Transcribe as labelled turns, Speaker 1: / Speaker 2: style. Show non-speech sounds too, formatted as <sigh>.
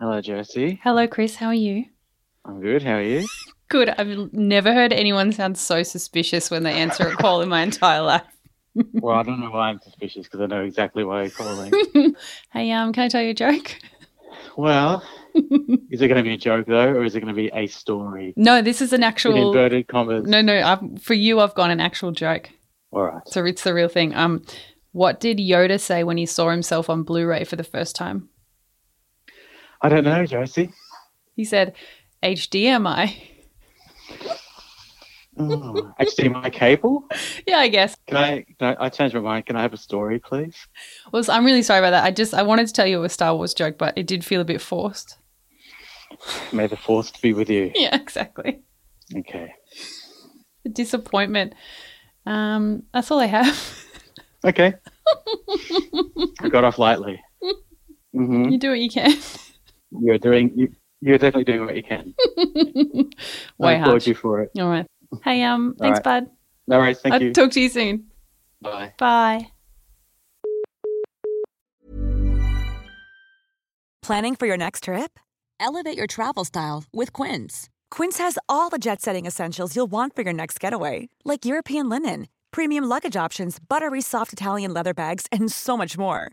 Speaker 1: Hello, Josie.
Speaker 2: Hello, Chris. How are you?
Speaker 1: I'm good. How are you?
Speaker 2: Good. I've never heard anyone sound so suspicious when they answer a call in my entire life.
Speaker 1: Well, I don't know why I'm suspicious because I know exactly why you're <laughs> calling.
Speaker 2: hey, um, can I tell you a joke? <laughs>
Speaker 1: <laughs> well, is it going to be a joke though, or is it going to be a story?
Speaker 2: No, this is an
Speaker 1: In
Speaker 2: actual.
Speaker 1: inverted commas.
Speaker 2: No, no. I've, for you, I've got an actual joke.
Speaker 1: All right.
Speaker 2: So it's the real thing. Um, what did Yoda say when he saw himself on Blu-ray for the first time?
Speaker 1: I don't know, Josie.
Speaker 2: He said, "HDMI."
Speaker 1: Oh, HDMI cable.
Speaker 2: <laughs> yeah, I guess.
Speaker 1: Can I? Can I, I changed my mind. Can I have a story, please?
Speaker 2: Well, I'm really sorry about that. I just I wanted to tell you a Star Wars joke, but it did feel a bit forced. <laughs>
Speaker 1: May the force be with you.
Speaker 2: Yeah, exactly.
Speaker 1: Okay.
Speaker 2: The disappointment. Um, that's all I have. <laughs>
Speaker 1: Okay. I got off lightly. hmm
Speaker 2: You do what you can.
Speaker 1: You're doing. You, you're definitely doing what you can. I
Speaker 2: <laughs> Way
Speaker 1: applaud
Speaker 2: hard.
Speaker 1: you for it.
Speaker 2: All right. Hey, um,
Speaker 1: All
Speaker 2: thanks,
Speaker 1: right.
Speaker 2: bud.
Speaker 1: All right. Thank
Speaker 2: I'll
Speaker 1: you.
Speaker 2: talk to you soon.
Speaker 1: Bye.
Speaker 2: Bye.
Speaker 3: Planning for your next trip? Elevate your travel style with Quince. Quince has all the jet setting essentials you'll want for your next getaway, like European linen, premium luggage options, buttery soft Italian leather bags, and so much more.